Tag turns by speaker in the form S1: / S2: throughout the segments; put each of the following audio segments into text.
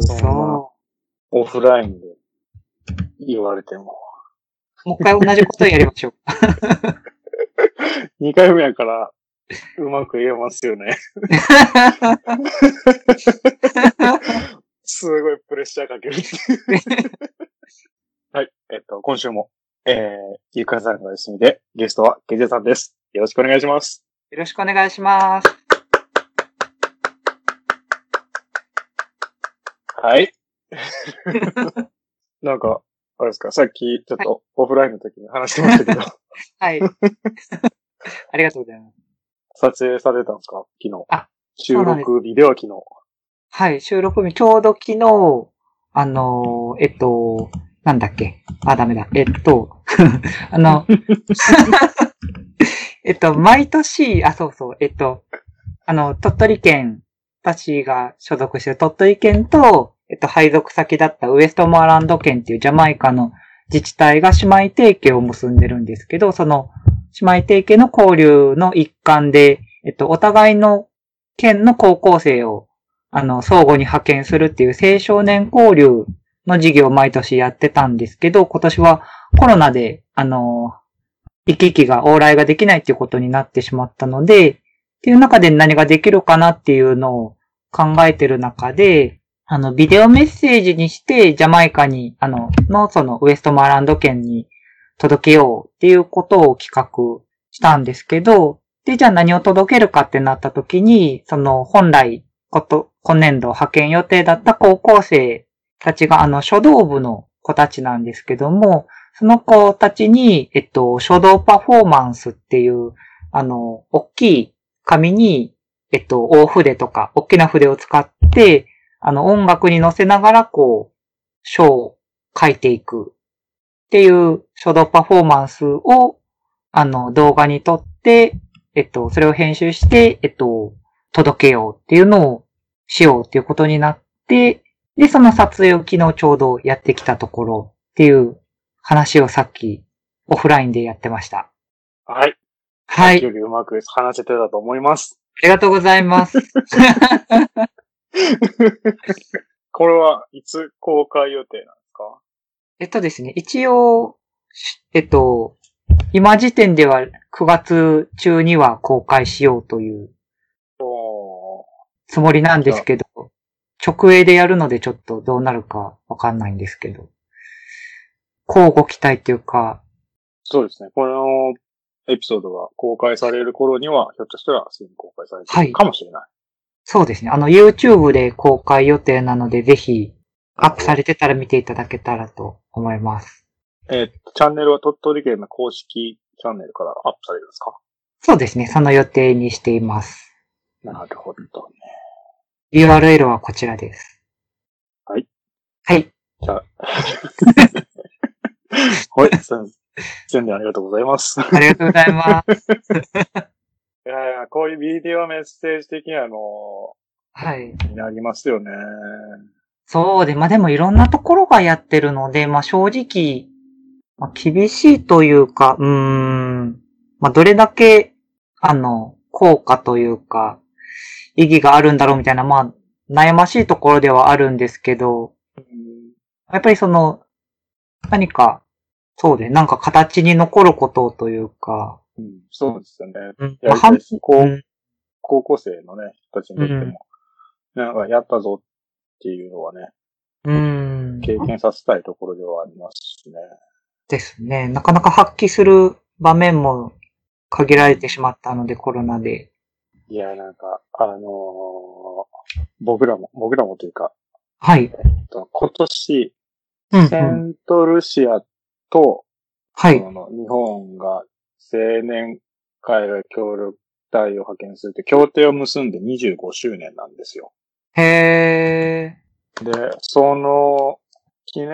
S1: そんな、オフラインで言われても。
S2: もう一回同じことやりましょう。
S1: 2回目やから、うまく言えますよね。すごいプレッシャーかけるっていう。はい。えっと、今週も、えー、ゆかさんがお休みで、ゲストはけじさんです。よろしくお願いします。
S2: よろしくお願いします。
S1: はい。 なんか、あれですか、さっき、ちょっとオフラインの時に話してました けど、
S2: はい。ありがとうございます。
S1: 撮影されたんですか昨日。
S2: あ
S1: 収
S2: そうなんです
S1: 録日では昨日。
S2: はい、収録日、ちょうど昨日、あのー、えっと、なんだっけ。あ、ダメだ。えっと、 あの、えっと、毎年、あ、そうそう、えっと、あの、鳥取県、私が所属してる鳥取県と、えっと、配属先だったウエストモアランド県っていうジャマイカの自治体が姉妹提携を結んでるんですけど、その姉妹提携の交流の一環で、えっと、お互いの県の高校生をあの、相互に派遣するっていう青少年交流の事業を毎年やってたんですけど、今年はコロナで、あの、行き来が往来ができないっていうことになってしまったので、っていう中で何ができるかなっていうのを考えてる中で、あの、ビデオメッセージにして、ジャマイカに、あの、の、その、ウエストマーランド県に届けようっていうことを企画したんですけど、で、じゃあ何を届けるかってなった時に、その、本来、こと、今年度派遣予定だった高校生たちが、あの、書道部の子たちなんですけども、その子たちに、えっと、書道パフォーマンスっていう、あの、大きい紙に、えっと、大筆とか、大きな筆を使って、あの、音楽に乗せながら、こう、書を書いていくっていう書道パフォーマンスを、あの、動画に撮って、えっと、それを編集して、えっと、届けようっていうのをしようっていうことになって、で、その撮影を昨日ちょうどやってきたところっていう話をさっきオフラインでやってました。
S1: はい。
S2: は
S1: さっき
S2: い。
S1: よりうまく話せてたと思います。
S2: ありがとうございます。
S1: これはいつ公開予定なんですか
S2: えっとですね、一応、しえっと、今時点では9月中には公開しようという
S1: おー
S2: つもりなんですけど、直営でやるのでちょっとどうなるかわかんないんですけど、交互期待っていうか、
S1: そうですね。このエピソードが公開される頃には、ひょっとしたらすでに公開されて
S2: はい
S1: るかもしれない。
S2: そうですね。あの、YouTube で公開予定なので、ぜひ、アップされてたら見ていただけたらと思います。
S1: えっと、チャンネルは鳥取県の公式チャンネルからアップされるんですか
S2: そうですね。その予定にしています。
S1: なるほどね。
S2: URL はこちらです。
S1: はい。
S2: はい。
S1: はい、宣宣伝ありがとうございます。
S2: ありがとうございます。
S1: いやいや、こういうビデオメッセージ的なの
S2: はい。
S1: になりますよね。
S2: そうで、まあでもいろんなところがやってるので、まあ正直、まあ、厳しいというか、うーん、まあどれだけ、あの、効果というか、意義があるんだろうみたいな、まあ悩ましいところではあるんですけど、やっぱりその、何か、そうで、なんか形に残ることというか、
S1: うん、そうですよね。
S2: うん、
S1: やりた
S2: まあ
S1: い
S2: 半
S1: しこう
S2: うん
S1: 高校生のね、人たちにとっても、なんかやったぞっていうのはね、
S2: うん、
S1: 経験させたいところではありますしね。
S2: ですね。なかなか発揮する場面も限られてしまったので、コロナで。
S1: いや、なんか、あのー僕らも、僕らもというか、
S2: はい。
S1: えっと今年、
S2: うん、う
S1: セ
S2: ん。
S1: ントルシアと、
S2: はい。
S1: その日本が青年海外協力隊を派遣するって協定を結んで25周年なんですよ。
S2: へ
S1: で、その記念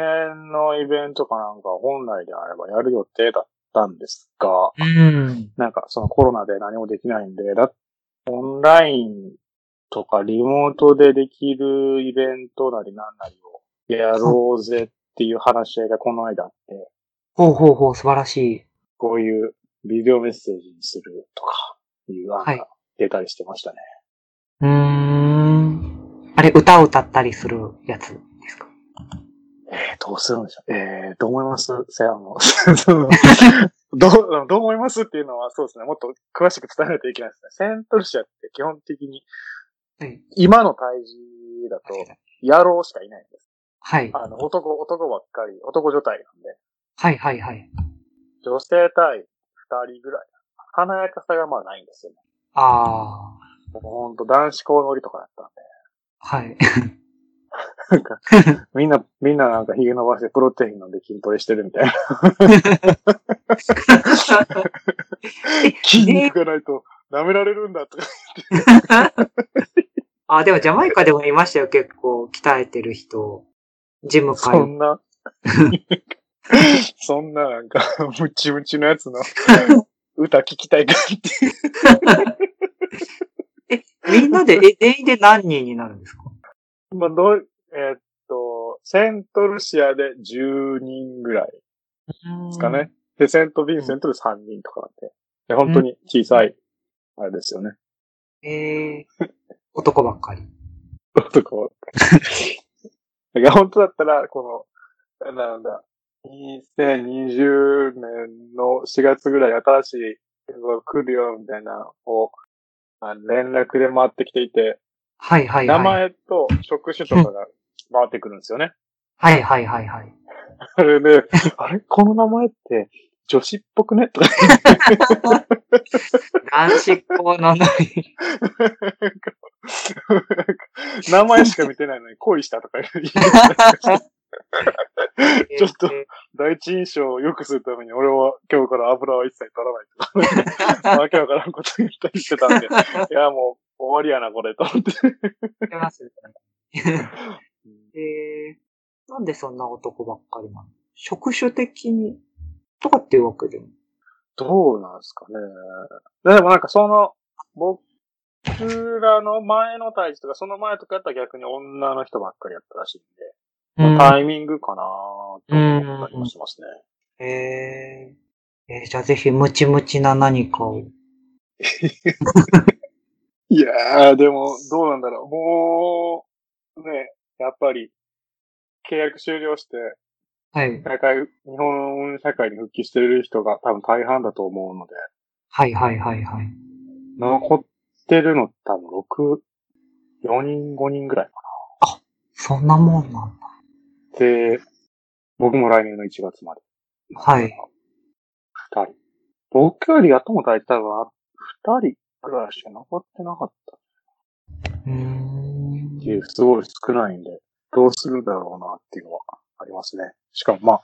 S1: のイベントかなんか本来であればやる予定だったんですが、
S2: ー。うん。
S1: なんかそのコロナで何もできないんで、だオンラインとかリモートでできるイベントなりなんなりをやろうぜっていう話し合いがこの間あって、
S2: ほうほうほう、素晴らしい。
S1: こういうビデオメッセージにするとかいう案
S2: はい
S1: が出たりしてましたね。
S2: うーん。あれ、歌を歌ったりするやつですか
S1: えーどうするんでしょう。えー、どう思いますせやの。 そのどう、どう思いますっていうのは、そうですね。もっと詳しく伝えないといけないですね。セントルシアって基本的に、
S2: はい。
S1: 今の体重だと、野郎しかいないんです。
S2: はい。
S1: あの、男、男ばっかり、男女体なんで、
S2: はい、はい、はい。
S1: 女性対二人ぐらい。華やかさがまあないんですよね。
S2: あ
S1: もうほんと男子校乗りとかだったん
S2: あー。 はい。
S1: で。なんか、みんな、みんななんか髭伸ばしてプロテイン飲んで筋トレしてるみたいな。筋肉がないと舐められるんだとか。
S2: あ、でもジャマイカでもいましたよ、結構。鍛えてる人。ジムか
S1: そ
S2: よ。
S1: んな、そんななんか、ムチムチのやつの歌聞きたいかっていう。
S2: みんなで、え、全員で何人になるんですか
S1: まあ、どう、えーっと、セントルシアで10人ぐらいですかね。で、セントビンセントで3人とかなんで。で本当に小さい、あれですよね。
S2: うん。えー、男ばっかり。
S1: とこう。だから本当だったら、この、なんだ、2020年の4月ぐらいに新しい曲が来るよみたいなのを、あ連絡で回ってきていて、
S2: はいはいは
S1: 名
S2: い。
S1: 前と職種とかが回ってくるんですよね。
S2: はいはいはいはい。
S1: それで、あれこの名前って女子っぽくねとか
S2: 男子校のノリ。
S1: 言ってなんか名前しか見てないのに恋したと か言う。 ちょっと第一印象を良くするために俺は今日から油は一切取らないとか。わけわからんこと言ったりしてた んで、いや、もう終わりやな、これ、と思って。
S2: 出ますね。 えー、なんでそんな男ばっかりなの職種的に、とかっていうわけでも。
S1: どうなんすかね。でもなんかその、僕らの前の対峙とか、その前とかやったら逆に女の人ばっかりやったらしいんで、まあタイミングかなと思ったりもしますね。
S2: えー、えーじゃあぜひムチムチな何かを。
S1: いやー、でも、どうなんだろう。もう、ね、やっぱり、契約終了して、
S2: はい。
S1: 社会、日本社会に復帰してる人が多分大半だと思うので、
S2: はいはいはいはい。
S1: 残ってるの多分6、4人、5人ぐらいか
S2: そんなもんなんだ。
S1: な。で、僕も来年の1月まで、
S2: はい。
S1: 2人。僕よりやっとも大体多分、2人ぐらいしか残ってなかったっ
S2: うーん
S1: ていう、すごい少ないんで、どうするんだろうなっていうのはありますね。しかもまあ、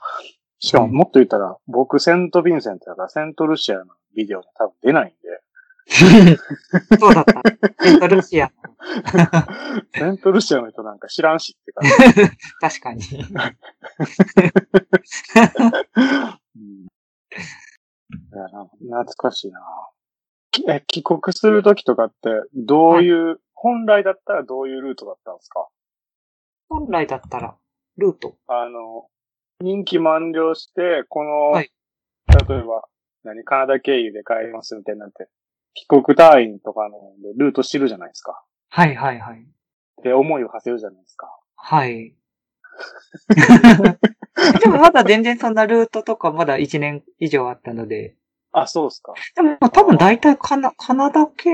S1: しかももっと言ったら、僕セント・ヴィンセントだから、セント・ルシアのビデオに多分出ないんで、
S2: そうだ った。セントルシア。
S1: セント・ルシアの人なんか知らんしって感じ。
S2: 確かに。
S1: うんいやな懐かしいなきえ、帰国するときとかって、どういう、本来だったらどういうルートだったんですか
S2: 本来だったら、ルート。
S1: あの、任期満了して、この、
S2: はい
S1: 例えば、何、カナダ経由で帰りますみたいになって、帰国隊員とかのでルート知るじゃないですか。
S2: はいはいはい。
S1: で、思いを馳せるじゃないですか。
S2: はい。でもまだ全然そんなルートとかまだ1年以上あったので。
S1: あ、そうですか。
S2: でも多分大体カナ、カナダ経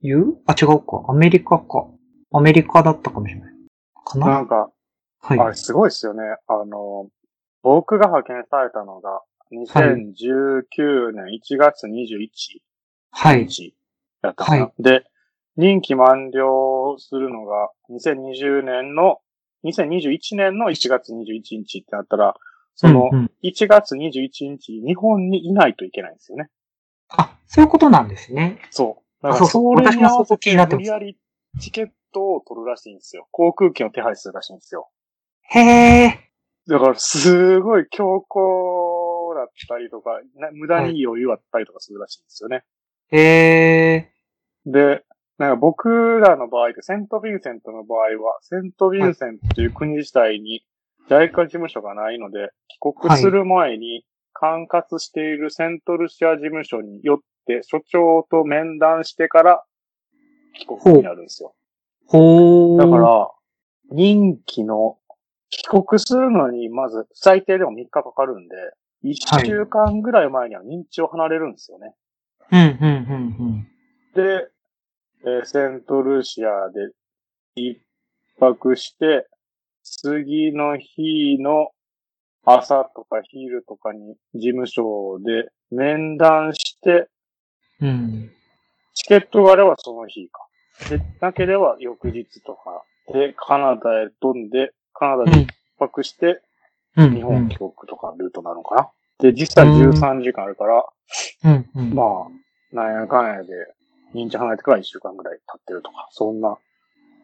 S2: 由あ、違うか。アメリカか。アメリカだったかもしれない。かな
S1: なんか、
S2: はい。
S1: あれすごいですよね。あの、僕が派遣されたのが、2019年1月21
S2: はい。
S1: 日だったかな。
S2: は
S1: で、任期満了するのが、2020年の、2021年の1月21日ってなったら、その
S2: うんうん
S1: 1月21日、日本にいないといけないんですよね。
S2: あ、そういうことなんですね。
S1: そう。だ
S2: あ
S1: か
S2: そ
S1: らそ
S2: うそう
S1: れに合わ
S2: 私もそ
S1: せ
S2: こ気に
S1: て
S2: なって
S1: 無
S2: ま
S1: 理
S2: す
S1: やりチケットを取るらしいんですよ。航空券を手配するらしいんですよ。
S2: へえ。
S1: だから、すごい強行だったりとか、な無駄に余裕あったりとかするらしいんですよね。
S2: へえ。
S1: で、なんか僕らの場合って、セント・ヴィンセントの場合は、セント・ヴィンセントという国自体に、JICA 事務所がないので、帰国する前に、管轄しているセントルシア事務所によって、所長と面談してから、帰国になるんですよ。
S2: ほー。
S1: だか、ら、任期の、帰国するのに、まず、最低でも3日かかるんで、1週間ぐらい前には認知を離れるんですよね。
S2: うん、うん、うん、
S1: で、えーセントルシアで一泊して、次の日の朝とか昼とかに事務所で面談して、
S2: うん。うん。
S1: チケットがあればその日か。で、なければ翌日とか。で、カナダへ飛んで、カナダで一泊して、
S2: うん。
S1: 日本帰国とかルートなのかな。で、実際13時間あるから、
S2: うん、うん。
S1: まあ、なんやかんやで、認知離れてから1週間ぐらい経ってるとか、そんな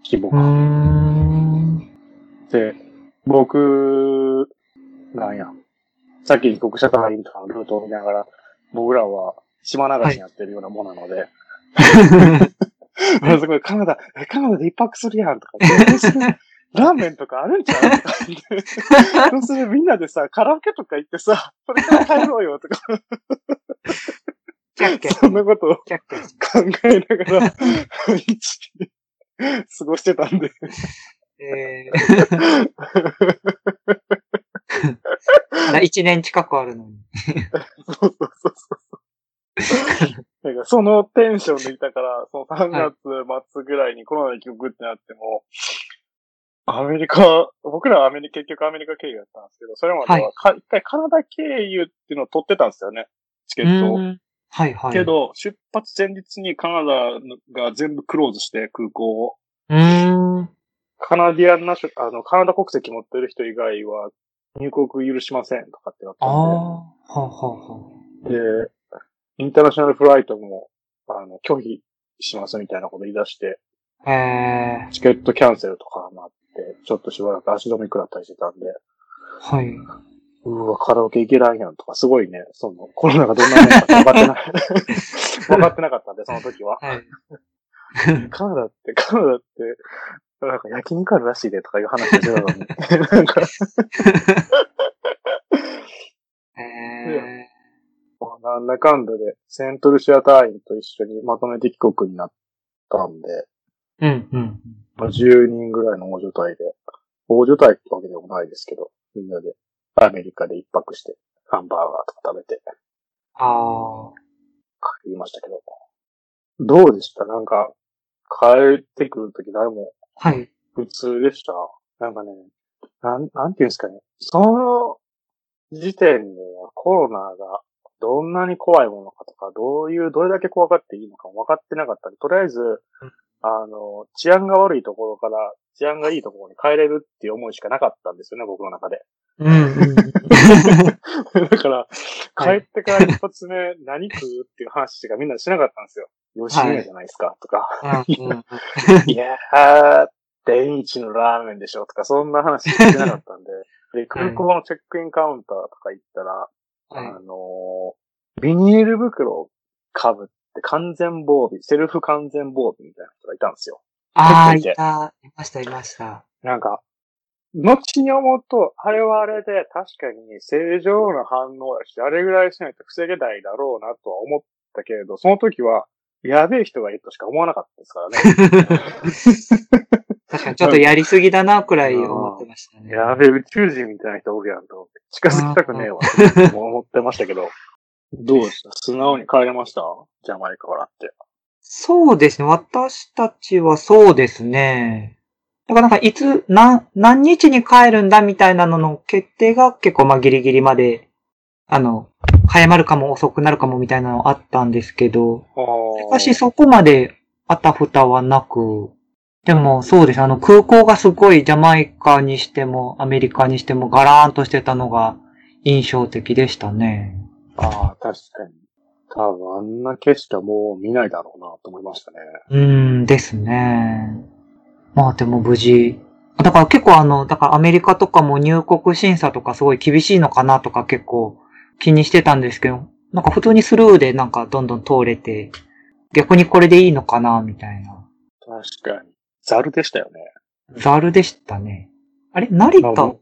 S1: 規模
S2: うー
S1: が
S2: ん。
S1: で、僕、なんや、さっき帰国した隊員とかのルートを見ながら、僕らは島流しにやってるようなもんなので、 すごいカナダ、えカナダで一泊するやんとか、どうするラーメンとかあるんちゃうとか言って、どうするみんなでさ、カラオケとか行ってさ、これから帰ろうよとか、
S2: キャッキャ、
S1: そんなことを
S2: キャッキャ。
S1: 考えながら、 一日過ごしてたん で。
S2: え ー、な一年近くあるのに。
S1: そうそうそうそう。なんかそのテンションでいたから、その3月末ぐらいにコロナに帰国ってなっても、アメリカ、僕らはアメリカ、結局アメリカ経由だったんですけど、それまではか一回カナダ経由っていうのを取ってたんですよね、チケ
S2: う
S1: ットを。
S2: ーん。はい、はい。
S1: け、ど、出発前日にカナダが全部クローズして、空港を。
S2: うーん。
S1: カナディアンナショ、あの、カナダ国籍持ってる人以外は入国許しませんとかってなった
S2: ああ、
S1: んで。
S2: はあ、はあ、は
S1: で、インターナショナルフライトも、あの、拒否しますみたいなこと言い出して、
S2: あ。え
S1: チケットキャンセルとかなって、ちょっとしばらく足止め食らったりしてたんで、
S2: ー、はい。
S1: うわ、カラオケ行けないやんとか、すごいね、その、コロナがどんなもんか分かってない。分かってなかったんで、その時は。
S2: はい。
S1: カナダって、カナダって、なんか焼肉あるらしいでとかいう話してたのに。なんか、
S2: え
S1: なんだかんだで、セントルシア隊員と一緒にまとめて帰国になったんで、
S2: ー、うん、うん。
S1: まあ、10人ぐらいの大所帯で、大所帯ってわけでもないですけど、みんなでアメリカで一泊して、ハンバーガーとか食べて
S2: ああ。
S1: 帰りましたけど、どうでしたなんか、帰ってくるとき誰も
S2: はい。
S1: 普通でしたなんかね、なん、なんていうんですかね。その時点ではコロナがどんなに怖いものかとか、どういう、どれだけ怖がっていいのかも分かってなかったんで、とりあえず、あの、治安が悪いところから治安がいいところに帰れるっていう思いしかなかったんですよね、僕の中で。
S2: うん、うん。
S1: だから、
S2: は
S1: 帰
S2: い
S1: ってから一発目、何食うっていう話がみんなしなかったんですよ。吉野家じゃないですか、とか。
S2: うん、うん。
S1: いやー、天一のラーメンでしょとか、そんな話してなかった んで。で、空港のチェックインカウンターとか行ったら、
S2: はい
S1: あのービニール袋を被って完全防備、セルフ完全防備みたいな人がいたんですよ。
S2: ああ、
S1: 見
S2: い
S1: て
S2: た、いました、いました。
S1: なんか、後に思うと、あれはあれで確かに正常な反応だし、あれぐらいしないと防げないだろうなとは思ったけれど、その時は、やべえ人がいるとしか思わなかったですからね。
S2: 確かに、ちょっとやりすぎだな、くらい思ってましたね。
S1: やべえ、宇宙人みたいな人おるやんと思って、近づきたくねえわ、と思ってましたけど。どうでした素直に帰れましたジャマイカからって。
S2: そうですね。私たちはそうですね。だからなんかいつ、何、何日に帰るんだみたいなのの決定が結構まあギリギリまで、あの、早まるかも遅くなるかもみたいなのあったんですけど、しかしそこまであたふたはなく、でもそうです。あの空港がすごいジャマイカにしてもアメリカにしてもガラーンとしてたのが印象的でしたね。
S1: ああ、確かに。多分あんな景色はもう見ないだろうなと思いましたね。
S2: うーんですね。まあでも無事。だから結構あの、だからアメリカとかも入国審査とかすごい厳しいのかなとか結構気にしてたんですけど、なんか普通にスルーでなんかどんどん通れて、逆にこれでいいのかなみたいな。
S1: 確かに。ザルでしたよね。
S2: ザルでしたね。あれ成田、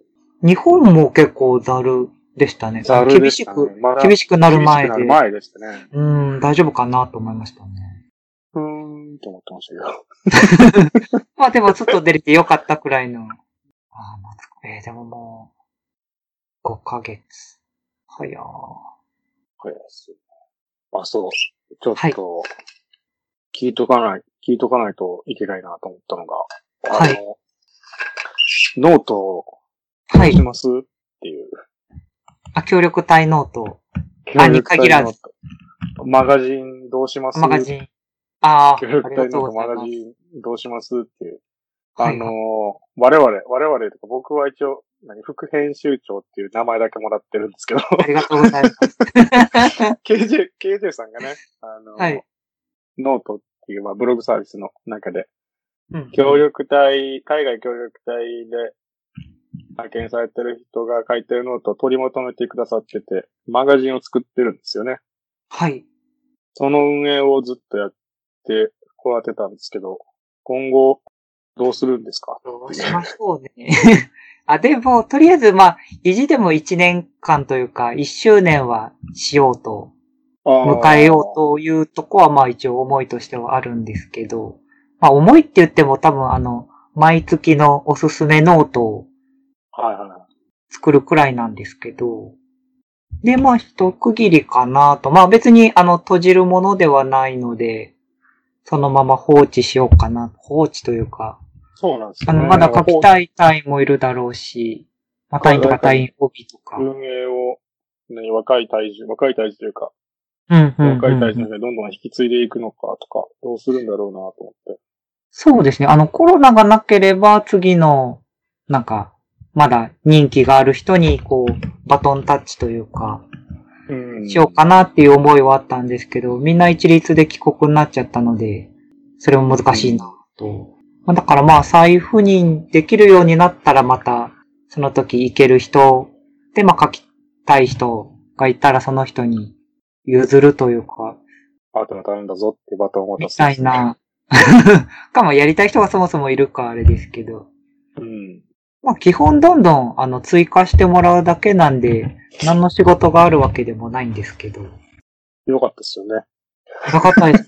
S2: 日本も結構ザルでしたね。
S1: ザルで
S2: 厳
S1: し
S2: したく、
S1: ね。まだ
S2: 厳しくなる前
S1: 厳し
S2: で。
S1: くなる前でしたね。
S2: うーん、大丈夫かなと思いましたね。
S1: うーん、と思ってましたけど。
S2: まあでも外出れてよかったくらいの。 ああ、まあ、えーでももう、5ヶ月。早ー
S1: 早いですね。まあそう。ちょっと
S2: はい、
S1: 聞いとかない、聞いとかないといけないなと思ったのが、
S2: はい
S1: あの、ノートを
S2: は
S1: どうし
S2: い。
S1: ます、っていう。
S2: あ、協力隊ノート。あに限
S1: 協力隊
S2: らず
S1: ノート。マガジンどうします
S2: マガジン。ああ、あ
S1: 協
S2: り
S1: 力
S2: が
S1: 隊
S2: とう
S1: の
S2: ござい
S1: マ
S2: ま
S1: ガ
S2: す。
S1: ジンどうしますっていう。
S2: は
S1: あ
S2: い
S1: のー、我々、我々とか僕は一応、何、副編集長っていう名前だけもらってるんですけど、
S2: ありがとうございます。
S1: KJ、KJ さんがね、あのー、
S2: はい
S1: ノートっていう、まあ、ブログサービスの中で、
S2: うん
S1: 協力隊、海外協力隊で派遣されてる人が書いてるノートを取りまとめてくださってて、マガジンを作ってるんですよね。
S2: はい。
S1: その運営をずっとやってこられてたんですけど、今後どうするんですか
S2: どうしましょうね。 あ、でも、とりあえず、まあ、意地でも1年間というか、1周年はしようと、迎えようというとこは、まあ一応思いとしてはあるんですけど、まあ思いって言っても多分あの、毎月のおすすめノートを
S1: と。はいはいはい。
S2: 作るくらいなんですけど、で、まあ一区切りかなと。まあ別にあの閉じるものではないので、そのまま放置しようかな。放置というか、
S1: そうなんです
S2: あ
S1: よね、
S2: の、まだ書き
S1: い。
S2: たい隊員もいるだろうし、まあ、隊員とか隊員帯とか。うん
S1: 運営を、ね、若い体重、若い体重というか、
S2: うんうんうん
S1: 若い体重でどんどん引き継いでいくのかとか、どうするんだろうなと思って。
S2: そうですね。あの、コロナがなければ、次の、なんか、まだ人気がある人に、こう、バトンタッチというか、
S1: うん
S2: しようかなっていう思いはあったんですけど、みんな一律で帰国になっちゃったので、それも難しいなと。まあだからまあ、再赴任できるようになったらまた、その時行ける人、でまあ書きたい人がいたらその人に譲るというか、
S1: あとは頼んだぞってバトンを渡
S2: み
S1: す。
S2: たい。な。 かもやりたい人がそもそもいるかあれですけど。
S1: うん。
S2: まあ基本どんどんあの追加してもらうだけなんで、 何の仕事があるわけでもないんですけど。
S1: よかったですよね。
S2: なかっ たです。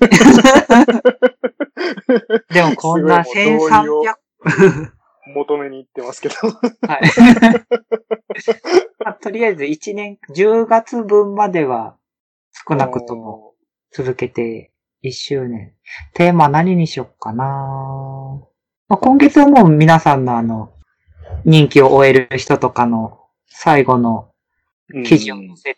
S2: でもこんな
S1: すごいもう同意を
S2: 1300、
S1: 求めに行ってますけど。
S2: はい。まあとりあえず1年、10月分までは少なくとも続けて1周年。テーマ何にしよっかな、まあ、今月はもう皆さんのあの、人気を終える人とかの最後の
S1: うん。
S2: 記事を載せ、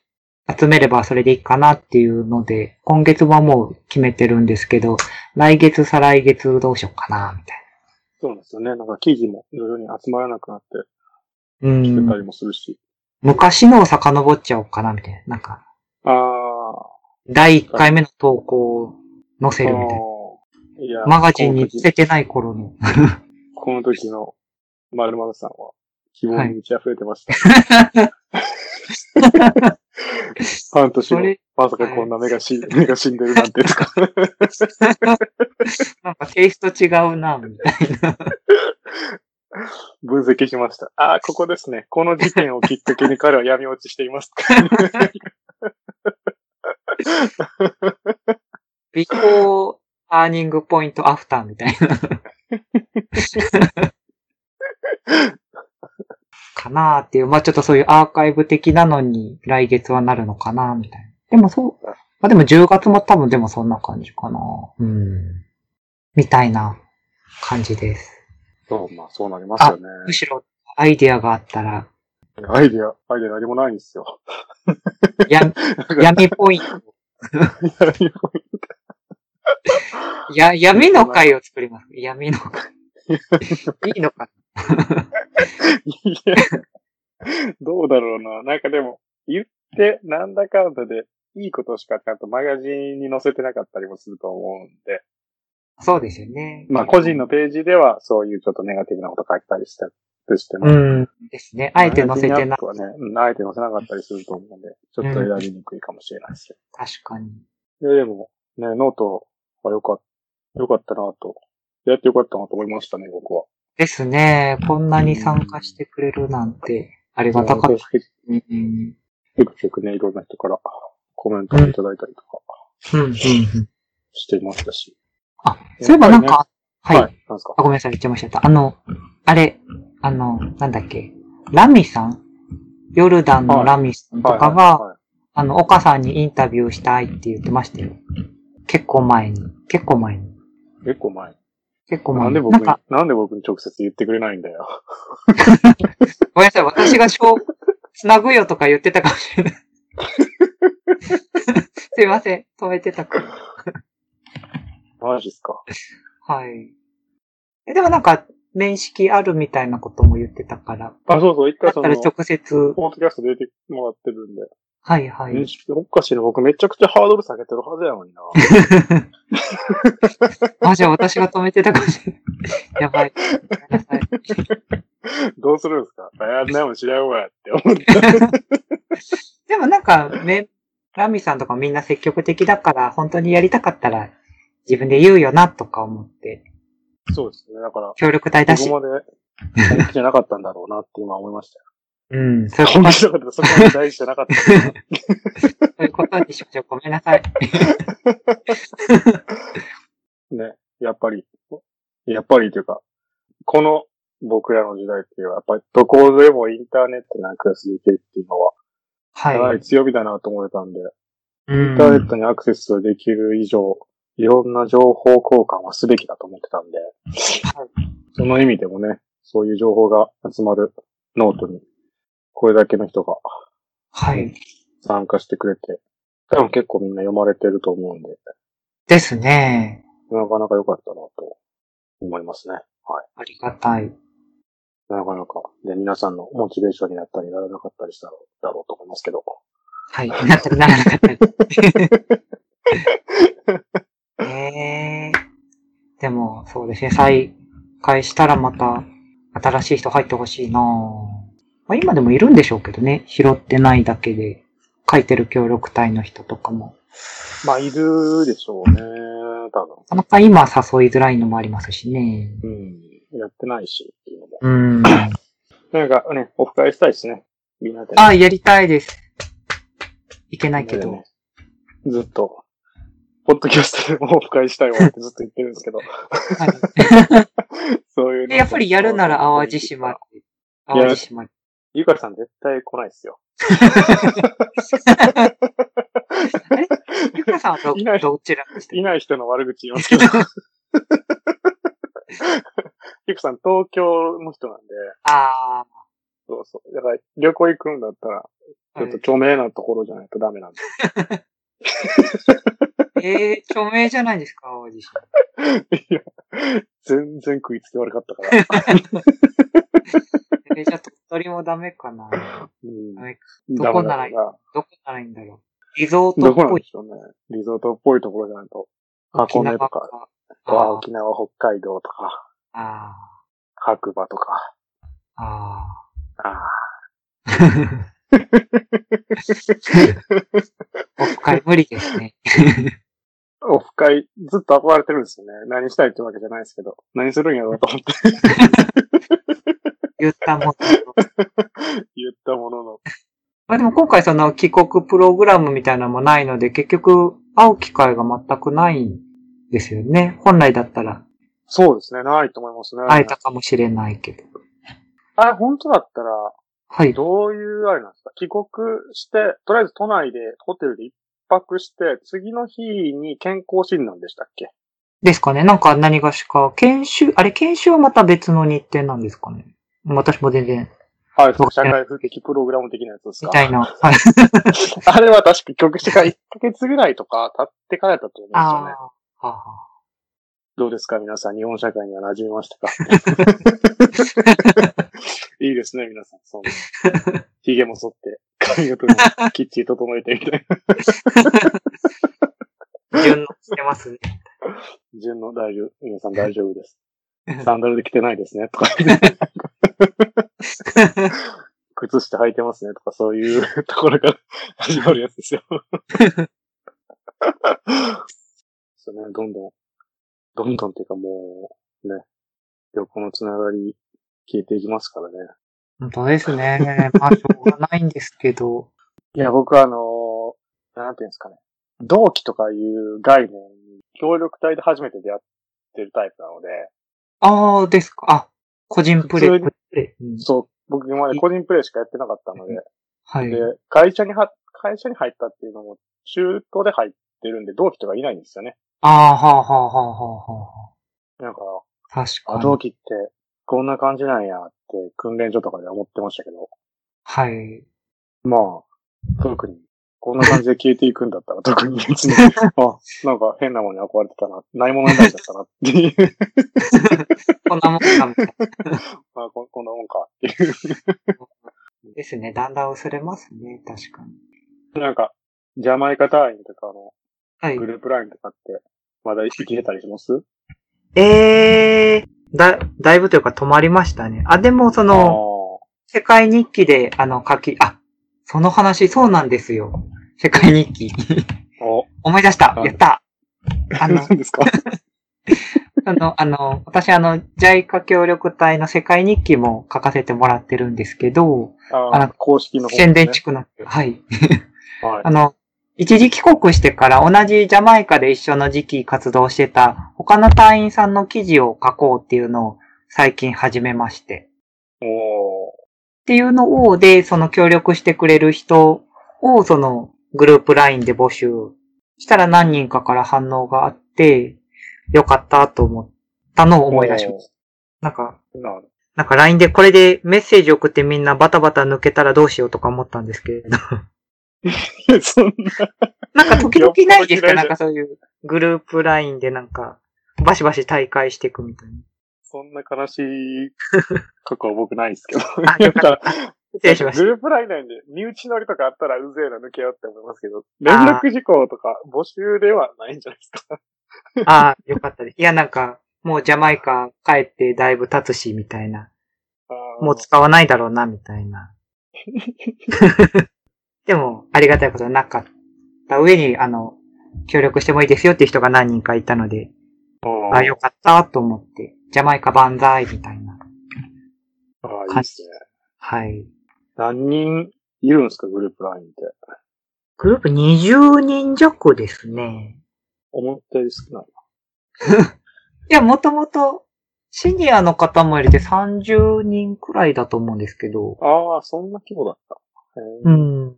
S2: 集めればそれでいいかなっていうので、今月はもう決めてるんですけど、来月再来月どうしようかなみたい
S1: そうなんですよね。なんか記事も徐々に集まらなくなって
S2: な。う
S1: きてた
S2: ん。
S1: りもするし。
S2: 昔のを遡っちゃおうかなみたいな。なんか、
S1: あ
S2: 第1回目の投稿を載
S1: ー
S2: せるみたいな。
S1: あー。いや、
S2: マガジンに
S1: この時
S2: 捨ててない頃の。
S1: この時の丸丸さんは希望に満ち溢れてました。 半年
S2: そ
S1: も
S2: れ、
S1: まさかこんな目が死ん目が死んでるなんてとか。
S2: なんかテイスト違うな、みたい
S1: 分析しました。ああ、ここですね。この事件をきっかけに彼は闇落ちしています。
S2: な。ビフォーアーニングポイントアフターみたいな。 かなーっていう。まあちょっとそういうアーカイブ的なのに来月はなるのかな、みたいな。でもそう。まあでも10月も多分でもそんな感じかな。うん。みたいな感じです。
S1: そう、まあそうなりますよね。
S2: むしろアイディアがあったら、
S1: アイディア、アイディア何もないんですよ。
S2: や闇ポイント。や、闇の会を作ります。闇の 会。いいのか
S1: いや、どうだろうな。なんかでも、言って、なんだかんだで、いいことしかちゃんとマガジンに載せてなかったりもすると思うんで、
S2: そうですよね。
S1: まあ個人のページではそういうちょっとネガティブなこと書いたりしたりしても、
S2: うん。ですね。あえて載せて
S1: マガジンア
S2: な
S1: ッ、プはね、うんあえて載せなかったりすると思うんで、ちょっと選びにくいかもしれないです
S2: 確かに。
S1: けど。いやでも、ね、ノートはよかった、よかったなと、やってよかったなと思いましたね、僕は。
S2: ですね。こんなに参加してくれるなんて、ありがたかった。うん。うん。
S1: ちょくちょくね、いろんな人からコメントをいただいたりとか
S2: うん。
S1: していましたし。
S2: そういえばなんか、はい。
S1: なんですか
S2: あ、ごめんなさい、邪魔しちゃった。あの、あれ、あの、なんだっけ、ラミさんヨルダンのラミさんとかが、
S1: はいはいはい
S2: あの、岡さんにインタビューしたいって言ってましたよ。結構前に。結構前に。
S1: 結構前。
S2: 結構前
S1: なん
S2: に。
S1: で
S2: なん
S1: 僕に
S2: か、、
S1: なんで僕に直接言ってくれないんだよ。
S2: ごめんなさい、私がしょう、 つなぐよとか言ってたかもしれない。すいません、止めてたか。
S1: マジっすか。
S2: はい。え、でもなんか、面識あるみたいなことも言ってたから。
S1: あ、そうそう、一回
S2: だった
S1: そ
S2: ら
S1: の、
S2: 直接、
S1: ポートキャスト出てもらってるんで。
S2: はいはい。
S1: 認識おかしいな。僕めちゃくちゃハードル下げてるはずやのに な。
S2: あ、じゃあ私が止めてたかもし れない。やばい。ごめんなさい
S1: どうするんですかあんなもん知らんわって思って。
S2: でもなんか、ね、ラミさんとかみんな積極的だから、本当にやりたかったら自分で言うよなとか思って、
S1: そうですね。だから、
S2: 協力隊だ
S1: こ
S2: し。
S1: こまで本気じゃなかったんだろうなって今思いましたよ。
S2: うん、 そういうこ
S1: 本
S2: と
S1: 気じゃなかった。そこまで大事じゃなかったんだ な。
S2: そういうことにしましょう。ごめんなさい。
S1: ね。やっぱり、やっぱりというか、この僕らの時代っていうのは、やっぱりどこでもインターネットにアクセスできるっていうのは、かな
S2: は
S1: り
S2: い。
S1: 強みだなと思ってたんで、
S2: う
S1: インターネ
S2: ん
S1: ットにアクセスできる以上、いろんな情報交換はすべきだと思ってたんで、その意味でもね、そういう情報が集まるノートに、これだけの人が
S2: はい。
S1: 参加してくれて、多分結構みんな読まれてると思うんで、
S2: ですね。
S1: なかなか良かったなと思いますね。はい。
S2: ありがたい。
S1: なかなか。で、皆さんのモチベーションになったり、ならなかったりしたろうだろうと思いますけど。
S2: はい。なったりならなかったり。 ええでも、そうですね。再開したらまた、新しい人入ってほしいなぁまあ今でもいるんでしょうけどね。拾ってないだけで、書いてる協力隊の人とかも。
S1: まあ、いるでしょうね。多分。
S2: なかなか今誘いづらいのもありますしね。
S1: うん。やってないし、っていうのも。
S2: うん。
S1: なんかね、オフ会したいですね。みんなで、ね。
S2: あ、やりたいです。いけないけ
S1: みん
S2: ど
S1: な。でねずっと、ポッドキャストでもオフ会したいわってずっと言ってるんですけど。そういう
S2: で、やっぱりやるなら淡路島。。淡路島。
S1: ゆかさん絶対来ないですよ。
S2: ゆかさんはど
S1: いない
S2: どちらでした
S1: いない人の悪口言いますけど。ゆかさん東京の人なんで、
S2: あ
S1: そうそう。だから旅行行くんだったら、
S2: あ
S1: ちょっと著名なところじゃないとダメ なんで。
S2: ええ著名じゃないですか、淡路島。
S1: いや、全然食いつき悪かったから。
S2: えーじゃあ鳥取もダメかな。
S1: うん
S2: ダメどこなら
S1: ダメだから
S2: どこならいいんだろう。リゾート
S1: ど
S2: っ
S1: こなん
S2: ぽ
S1: で
S2: い。
S1: しょうね。リゾートっぽいところじゃないと。箱根とか、
S2: か。
S1: わあ
S2: あー
S1: 沖縄、北海道とか、
S2: あ
S1: 白馬とか。
S2: ー。あ
S1: ああ
S2: ー。 オフ会無理ですね。
S1: オフ会、ずっと憧れてるんですよね。何したいってわけじゃないですけど。何するんやろうと思って
S2: 言ったもの。
S1: 言ったものの。
S2: まあでも今回その帰国プログラムみたいなのもないので、結局会う機会が全くないんですよね。本来だったら
S1: そうですね。ないと思いますね。
S2: 会えたかもしれないけど。
S1: あれ、本当だったら、
S2: はい。
S1: どういうあれなんですか帰国して、とりあえず都内で、ホテルで一泊して、次の日に健康診断でしたっけ
S2: ですかね。なんか何がしか、研修、あれ研修はまた別の日程なんですかね。私も全然、
S1: あれ、社会復帰プログラム的なやつです
S2: み
S1: か
S2: たいな。はい。
S1: あれは確か曲してから1ヶ月ぐらいとか経ってからだと思うんですよね。
S2: ああ。ああ
S1: どうですか皆さん、日本社会には馴染みましたか いいですね、皆さん。そう。髭も剃って、髪型もきっちり整えてみた いな。
S2: 順応してますね。
S1: 順の大丈夫、皆さん大丈夫です。サンダルで着てないですね、とか言って。靴下履いてますね、とかそういう ところから始まるやつですよ。そうね、どんどん、どんどんっていうかもう、ね、旅行のつながり消えていきますからね。
S2: 本当ですね。まあ、しょうがないんですけど。
S1: いや、僕はあのーなんていうんですかね。同期とかいう概念に協力隊で初めて出会っってるタイプなので、
S2: ああ、ですか。あ、個人プレイ。
S1: 普通に
S2: 個人プレイうん
S1: そう、僕今まで個人プレイしかやってなかったので、
S2: はい
S1: で。、会社には、会社に入ったっていうのも、中途で入ってるんで、同期とかいないんですよね。
S2: ああ、はあ、はあ、はあ、はあは
S1: なんか、
S2: あ。確か
S1: あ、
S2: に。
S1: 同期って、こんな感じなんやって、訓練所とかで思ってましたけど、
S2: はい。
S1: まあ、特に、こんな感じで消えていくんだったら、特に別 に、あ、なんか変なものに憧れてたな、ないものになっちゃったなっていう、
S2: こんなもんかみたいな。
S1: まあこ、こんなもんかっていう。
S2: ですね。だんだん薄れますね。確かに。
S1: なんか、ジャマイカ隊員とかの
S2: はい
S1: グ。ループラインとかって、まだ生きてたりします
S2: ええー、だ、だいぶというか止まりましたね。あ、でもそ
S1: あ
S2: の、世界日記で、あの、書き、あ、その話、そうなんですよ。世界日記。
S1: ーお、
S2: 思い出した。
S1: はい
S2: やった。あの、
S1: 何 ですか
S2: あの、あの、私、あの、JICA 協力隊の世界日記も書かせてもらってるんですけど、
S1: あ
S2: あ
S1: ー
S2: の
S1: 公式の方です
S2: 宣
S1: ね
S2: 伝地区の、はい。
S1: はい
S2: あ。の、一時帰国してから同じジャマイカで一緒の時期活動してた他の隊員さんの記事を書こうっていうのを最近始めまして。
S1: お
S2: っていうのを、で、その協力してくれる人を、そのグループ LINE で募集したら何人かから反応があって、よかったと思ったのを
S1: ー
S2: 思い出します。なんか、
S1: おーなる
S2: なんか LINE でこれでメッセージ送ってみんなバタバタ抜けたらどうしようとか思ったんですけれど。
S1: ほど そんな。
S2: なんか時々な
S1: よっぽど嫌い
S2: いですか
S1: じゃん
S2: なんかそういうグループ LINE でなんか、バシバシ大会していくみたい
S1: そんな悲しい過去は僕ないですけど。
S2: な。あ、よか
S1: な
S2: っ
S1: ん
S2: た。失礼しまし
S1: グループラインなんで、身内乗りとかあったらうぜえな抜けようって思いますけど、連絡事項とか募集ではないんじゃないですか。
S2: た。あーよかったです。いや、なんか、もうジャマイカ帰ってだいぶ経つし、みたいな。
S1: あー
S2: もう使わないだろうな、みたいな。 でも、ありがたいことはなかった上に、あの、協力してもいいですよっていう人が何人かいたので、
S1: あー
S2: あ、よかったと思って、ジャマイカ万歳みたいな。
S1: あーいいっすね。
S2: はい。
S1: 何人いるんですか、グループラインって。
S2: グループ20人弱ですね。
S1: 思ったより少ない。
S2: いや、もともと、シニアの方も入れて30人くらいだと思うんですけど、
S1: ああ、そんな規模だった。へー
S2: うん。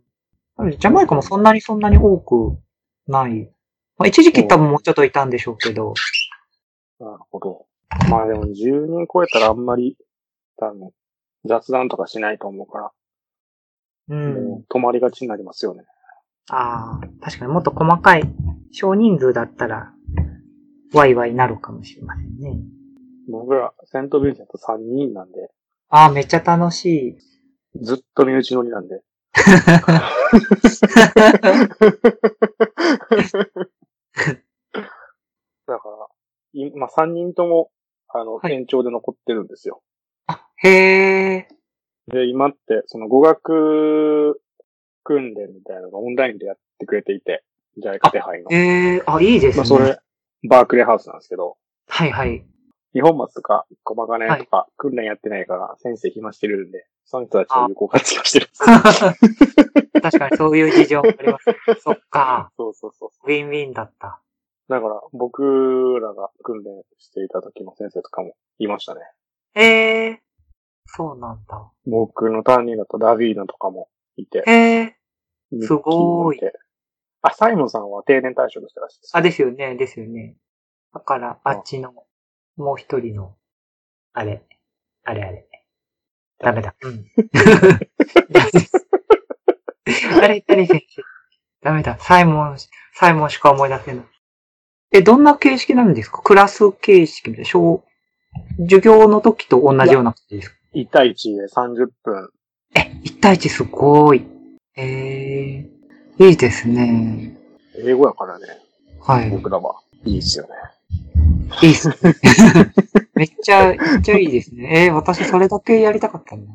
S2: なのでジャマイカもそんなにそんなに多くない。まあ、一時期多分もうちょっといたんでしょうけど、
S1: なるほど。まあでも10人超えたらあんまり、多分、雑談とかしないと思うから、
S2: うん
S1: も。う止まりがちになりますよね。
S2: ああ、確かにもっと細かい少人数だったら、ワイワイになるかもしれませんね。
S1: 僕ら、セントビンセント3人なんで、
S2: ああ、めっちゃ楽 しい。
S1: ずっと身内乗りなんで。だから、いまあ3人とも、あの、
S2: はい
S1: 延長で残ってるんですよ。
S2: あ、へえ。
S1: で、今って、その語学訓練みたいなのがオンラインでやってくれていて、ジャイカ手配の。
S2: ええ、あ、いいですね。
S1: まあそれ、バークレーハウスなんですけど、
S2: はいはい。
S1: 日本松とか、駒ヶ根とか、訓練やってないから、先生暇してるんで、その人たちを有効活用してるんですよ。
S2: 確かにそういう事情もあります。そっか。
S1: そうそうそう。
S2: ウィンウィンだった。
S1: だから、僕らが訓練していた時の先生とかもいましたね。
S2: ええ。そうなんだ。
S1: 僕の担任だとダビーナとかもいて。
S2: ええ。
S1: ミッキー
S2: すごーい
S1: もて。あ、サイモンさんは定年退職したらしいです。
S2: あ、ですよね、ですよね。だから、あっちの、もう一人の、あれ、あれあれ。ダメだ。うん。ダメですあれ、誰選手ダメだ。サイモン、サイモンしか思い出せない。え、どんな形式なんですかクラス形式みたいな。小、授業の時と同じような感じですか
S1: 1対1で30分。
S2: え、1対1すごーい。えー、いいですね。
S1: 英語やからね、
S2: はい。
S1: 僕らは。いいっすよね。
S2: いいっす ね。めっちゃ、めっちゃいいですね。えー私それだけやりたかったんだ。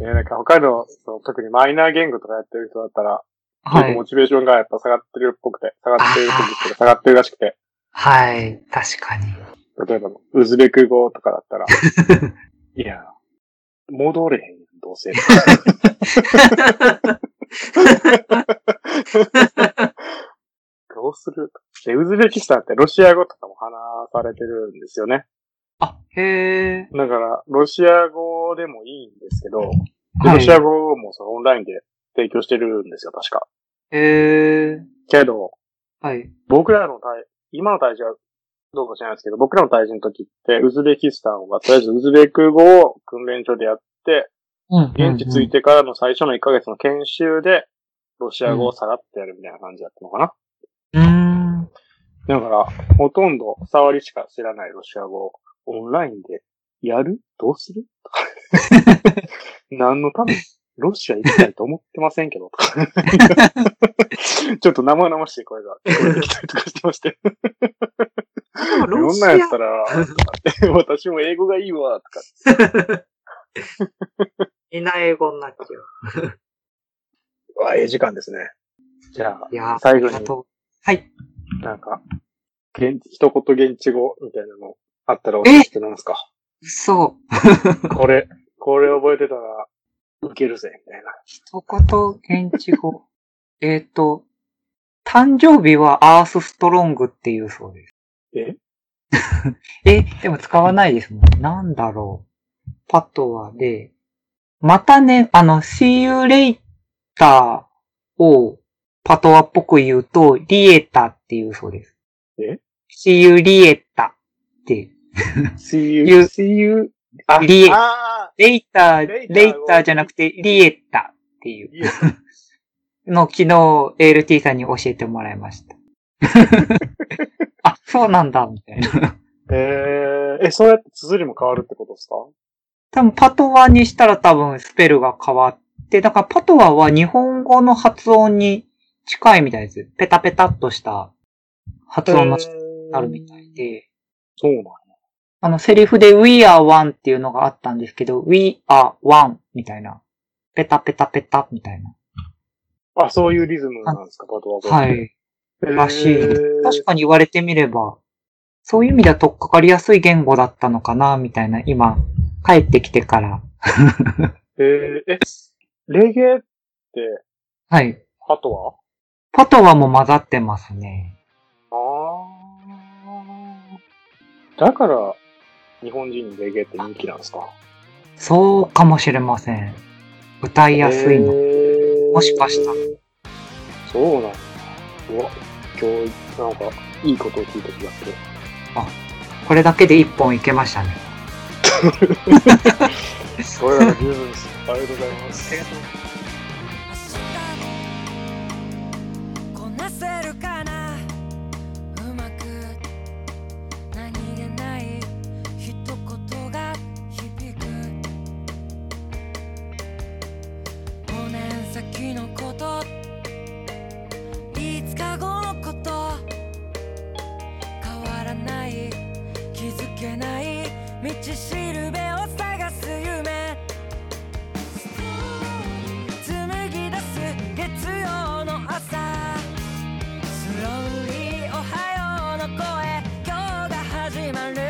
S1: えなんか他の、その特にマイナー言語とかやってる人だったら、
S2: は
S1: 結構
S2: い
S1: モ。チベーションがやっぱ下がってるっぽくて、下がってるっぽくて、下がってるらしくて、
S2: はい。確か に。
S1: 例えばウズベク語とかだったら、いや、戻れへんやん、どうせ。どうそうする。で、ウズベキスタンってロシア語とかも話されてるんですよね。
S2: あ、へえ。
S1: だから、ロシア語でもいいんですけど、で
S2: は
S1: ロ
S2: い
S1: シア語もそのオンラインで提供してるんですよ、確か。
S2: へえ。
S1: けど、
S2: はい。
S1: 僕らの隊、今の隊士はどうか知らないですけど、僕らの隊士の時って、ウズベキスタンは、とりあえずウズベク語を訓練所でやって、
S2: うん
S1: 現地着い
S2: て。
S1: てからの最初の1ヶ月の研修で、ロシア語をさらってやるみたいな感じだったのかな。
S2: うーん。
S1: だから、ほとんど触りしか知らないロシア語をオンラインでやるどうするとか 何のためにロシア行きたいと思ってませんけど、とかちょっと生々しい声が聞こえてきたりとかしてまして。
S2: でも
S1: い
S2: ロ
S1: ろん
S2: シ
S1: な
S2: ア
S1: んやったら、 私も英語がいいわ、とか。
S2: みんな英語になっちゃう。
S1: うわ、ええ時間ですね。じゃ
S2: いや
S1: あ、最後
S2: あ
S1: に、
S2: と、はい。
S1: なんか、現一言現地語みたいなのあったら教えてもらえますか。
S2: そう。
S1: これ、これ覚えてたら、ウケるぜ、みたいな。
S2: 一言現地語。 えっと、誕生日はアースストロングっていうそうです。
S1: え
S2: え、でも使わないですもん。なんだろう。パトはで、またね、あの、see you later をパトワっぽく言うと、リエタっていうそうです。
S1: え
S2: ?see you リエタって。
S1: See
S2: You-
S1: you, see you, あ、
S2: リエ
S1: あ
S2: レイター、
S1: Later を
S2: レイターじゃなくて、リエッタってい
S1: ー
S2: う
S1: いいよ
S2: の昨日 ALT さんに教えてもらいま した。あ、そうなんだ、みたいな。
S1: えー、え、そうやって綴りも変わるってことですか
S2: 多分パトワにしたら多分スペルが変わって、だからパトワは日本語の発音に近いみたいです。ペタペタっとした発音があるみたいで。
S1: そうなんや
S2: あの、セリフで We are one っていうのがあったんですけど、We are one みたいな。ペタペタペタみたいな。
S1: あ、そういうリズムなんですか、パトワー。
S2: はいい。らしい
S1: えー
S2: 確かに言われてみれば、そういう意味では取っかかりやすい言語だったのかな、みたいな、今、帰ってきてから。
S1: えー、え、レゲエって、
S2: はい。
S1: あとは
S2: パトワも混ざってますね。
S1: ああ。だから、日本人にレゲエって人気なんですか
S2: そうかもしれません。歌いやすいの。
S1: の
S2: もしかしたら
S1: そうなんだ。うわ、今日、なんか、いいことを聞いた気がする。
S2: これだけで一本いけましたね。
S1: それらが十分です。ありがとうございます。
S3: 明日こなせるかなうまく何気ない一言が響く5年先のこと5日後のこと変わらない気づけない道しるべを探す夢紡ぎ出す月曜の朝スローリーおはようの声今日が始まる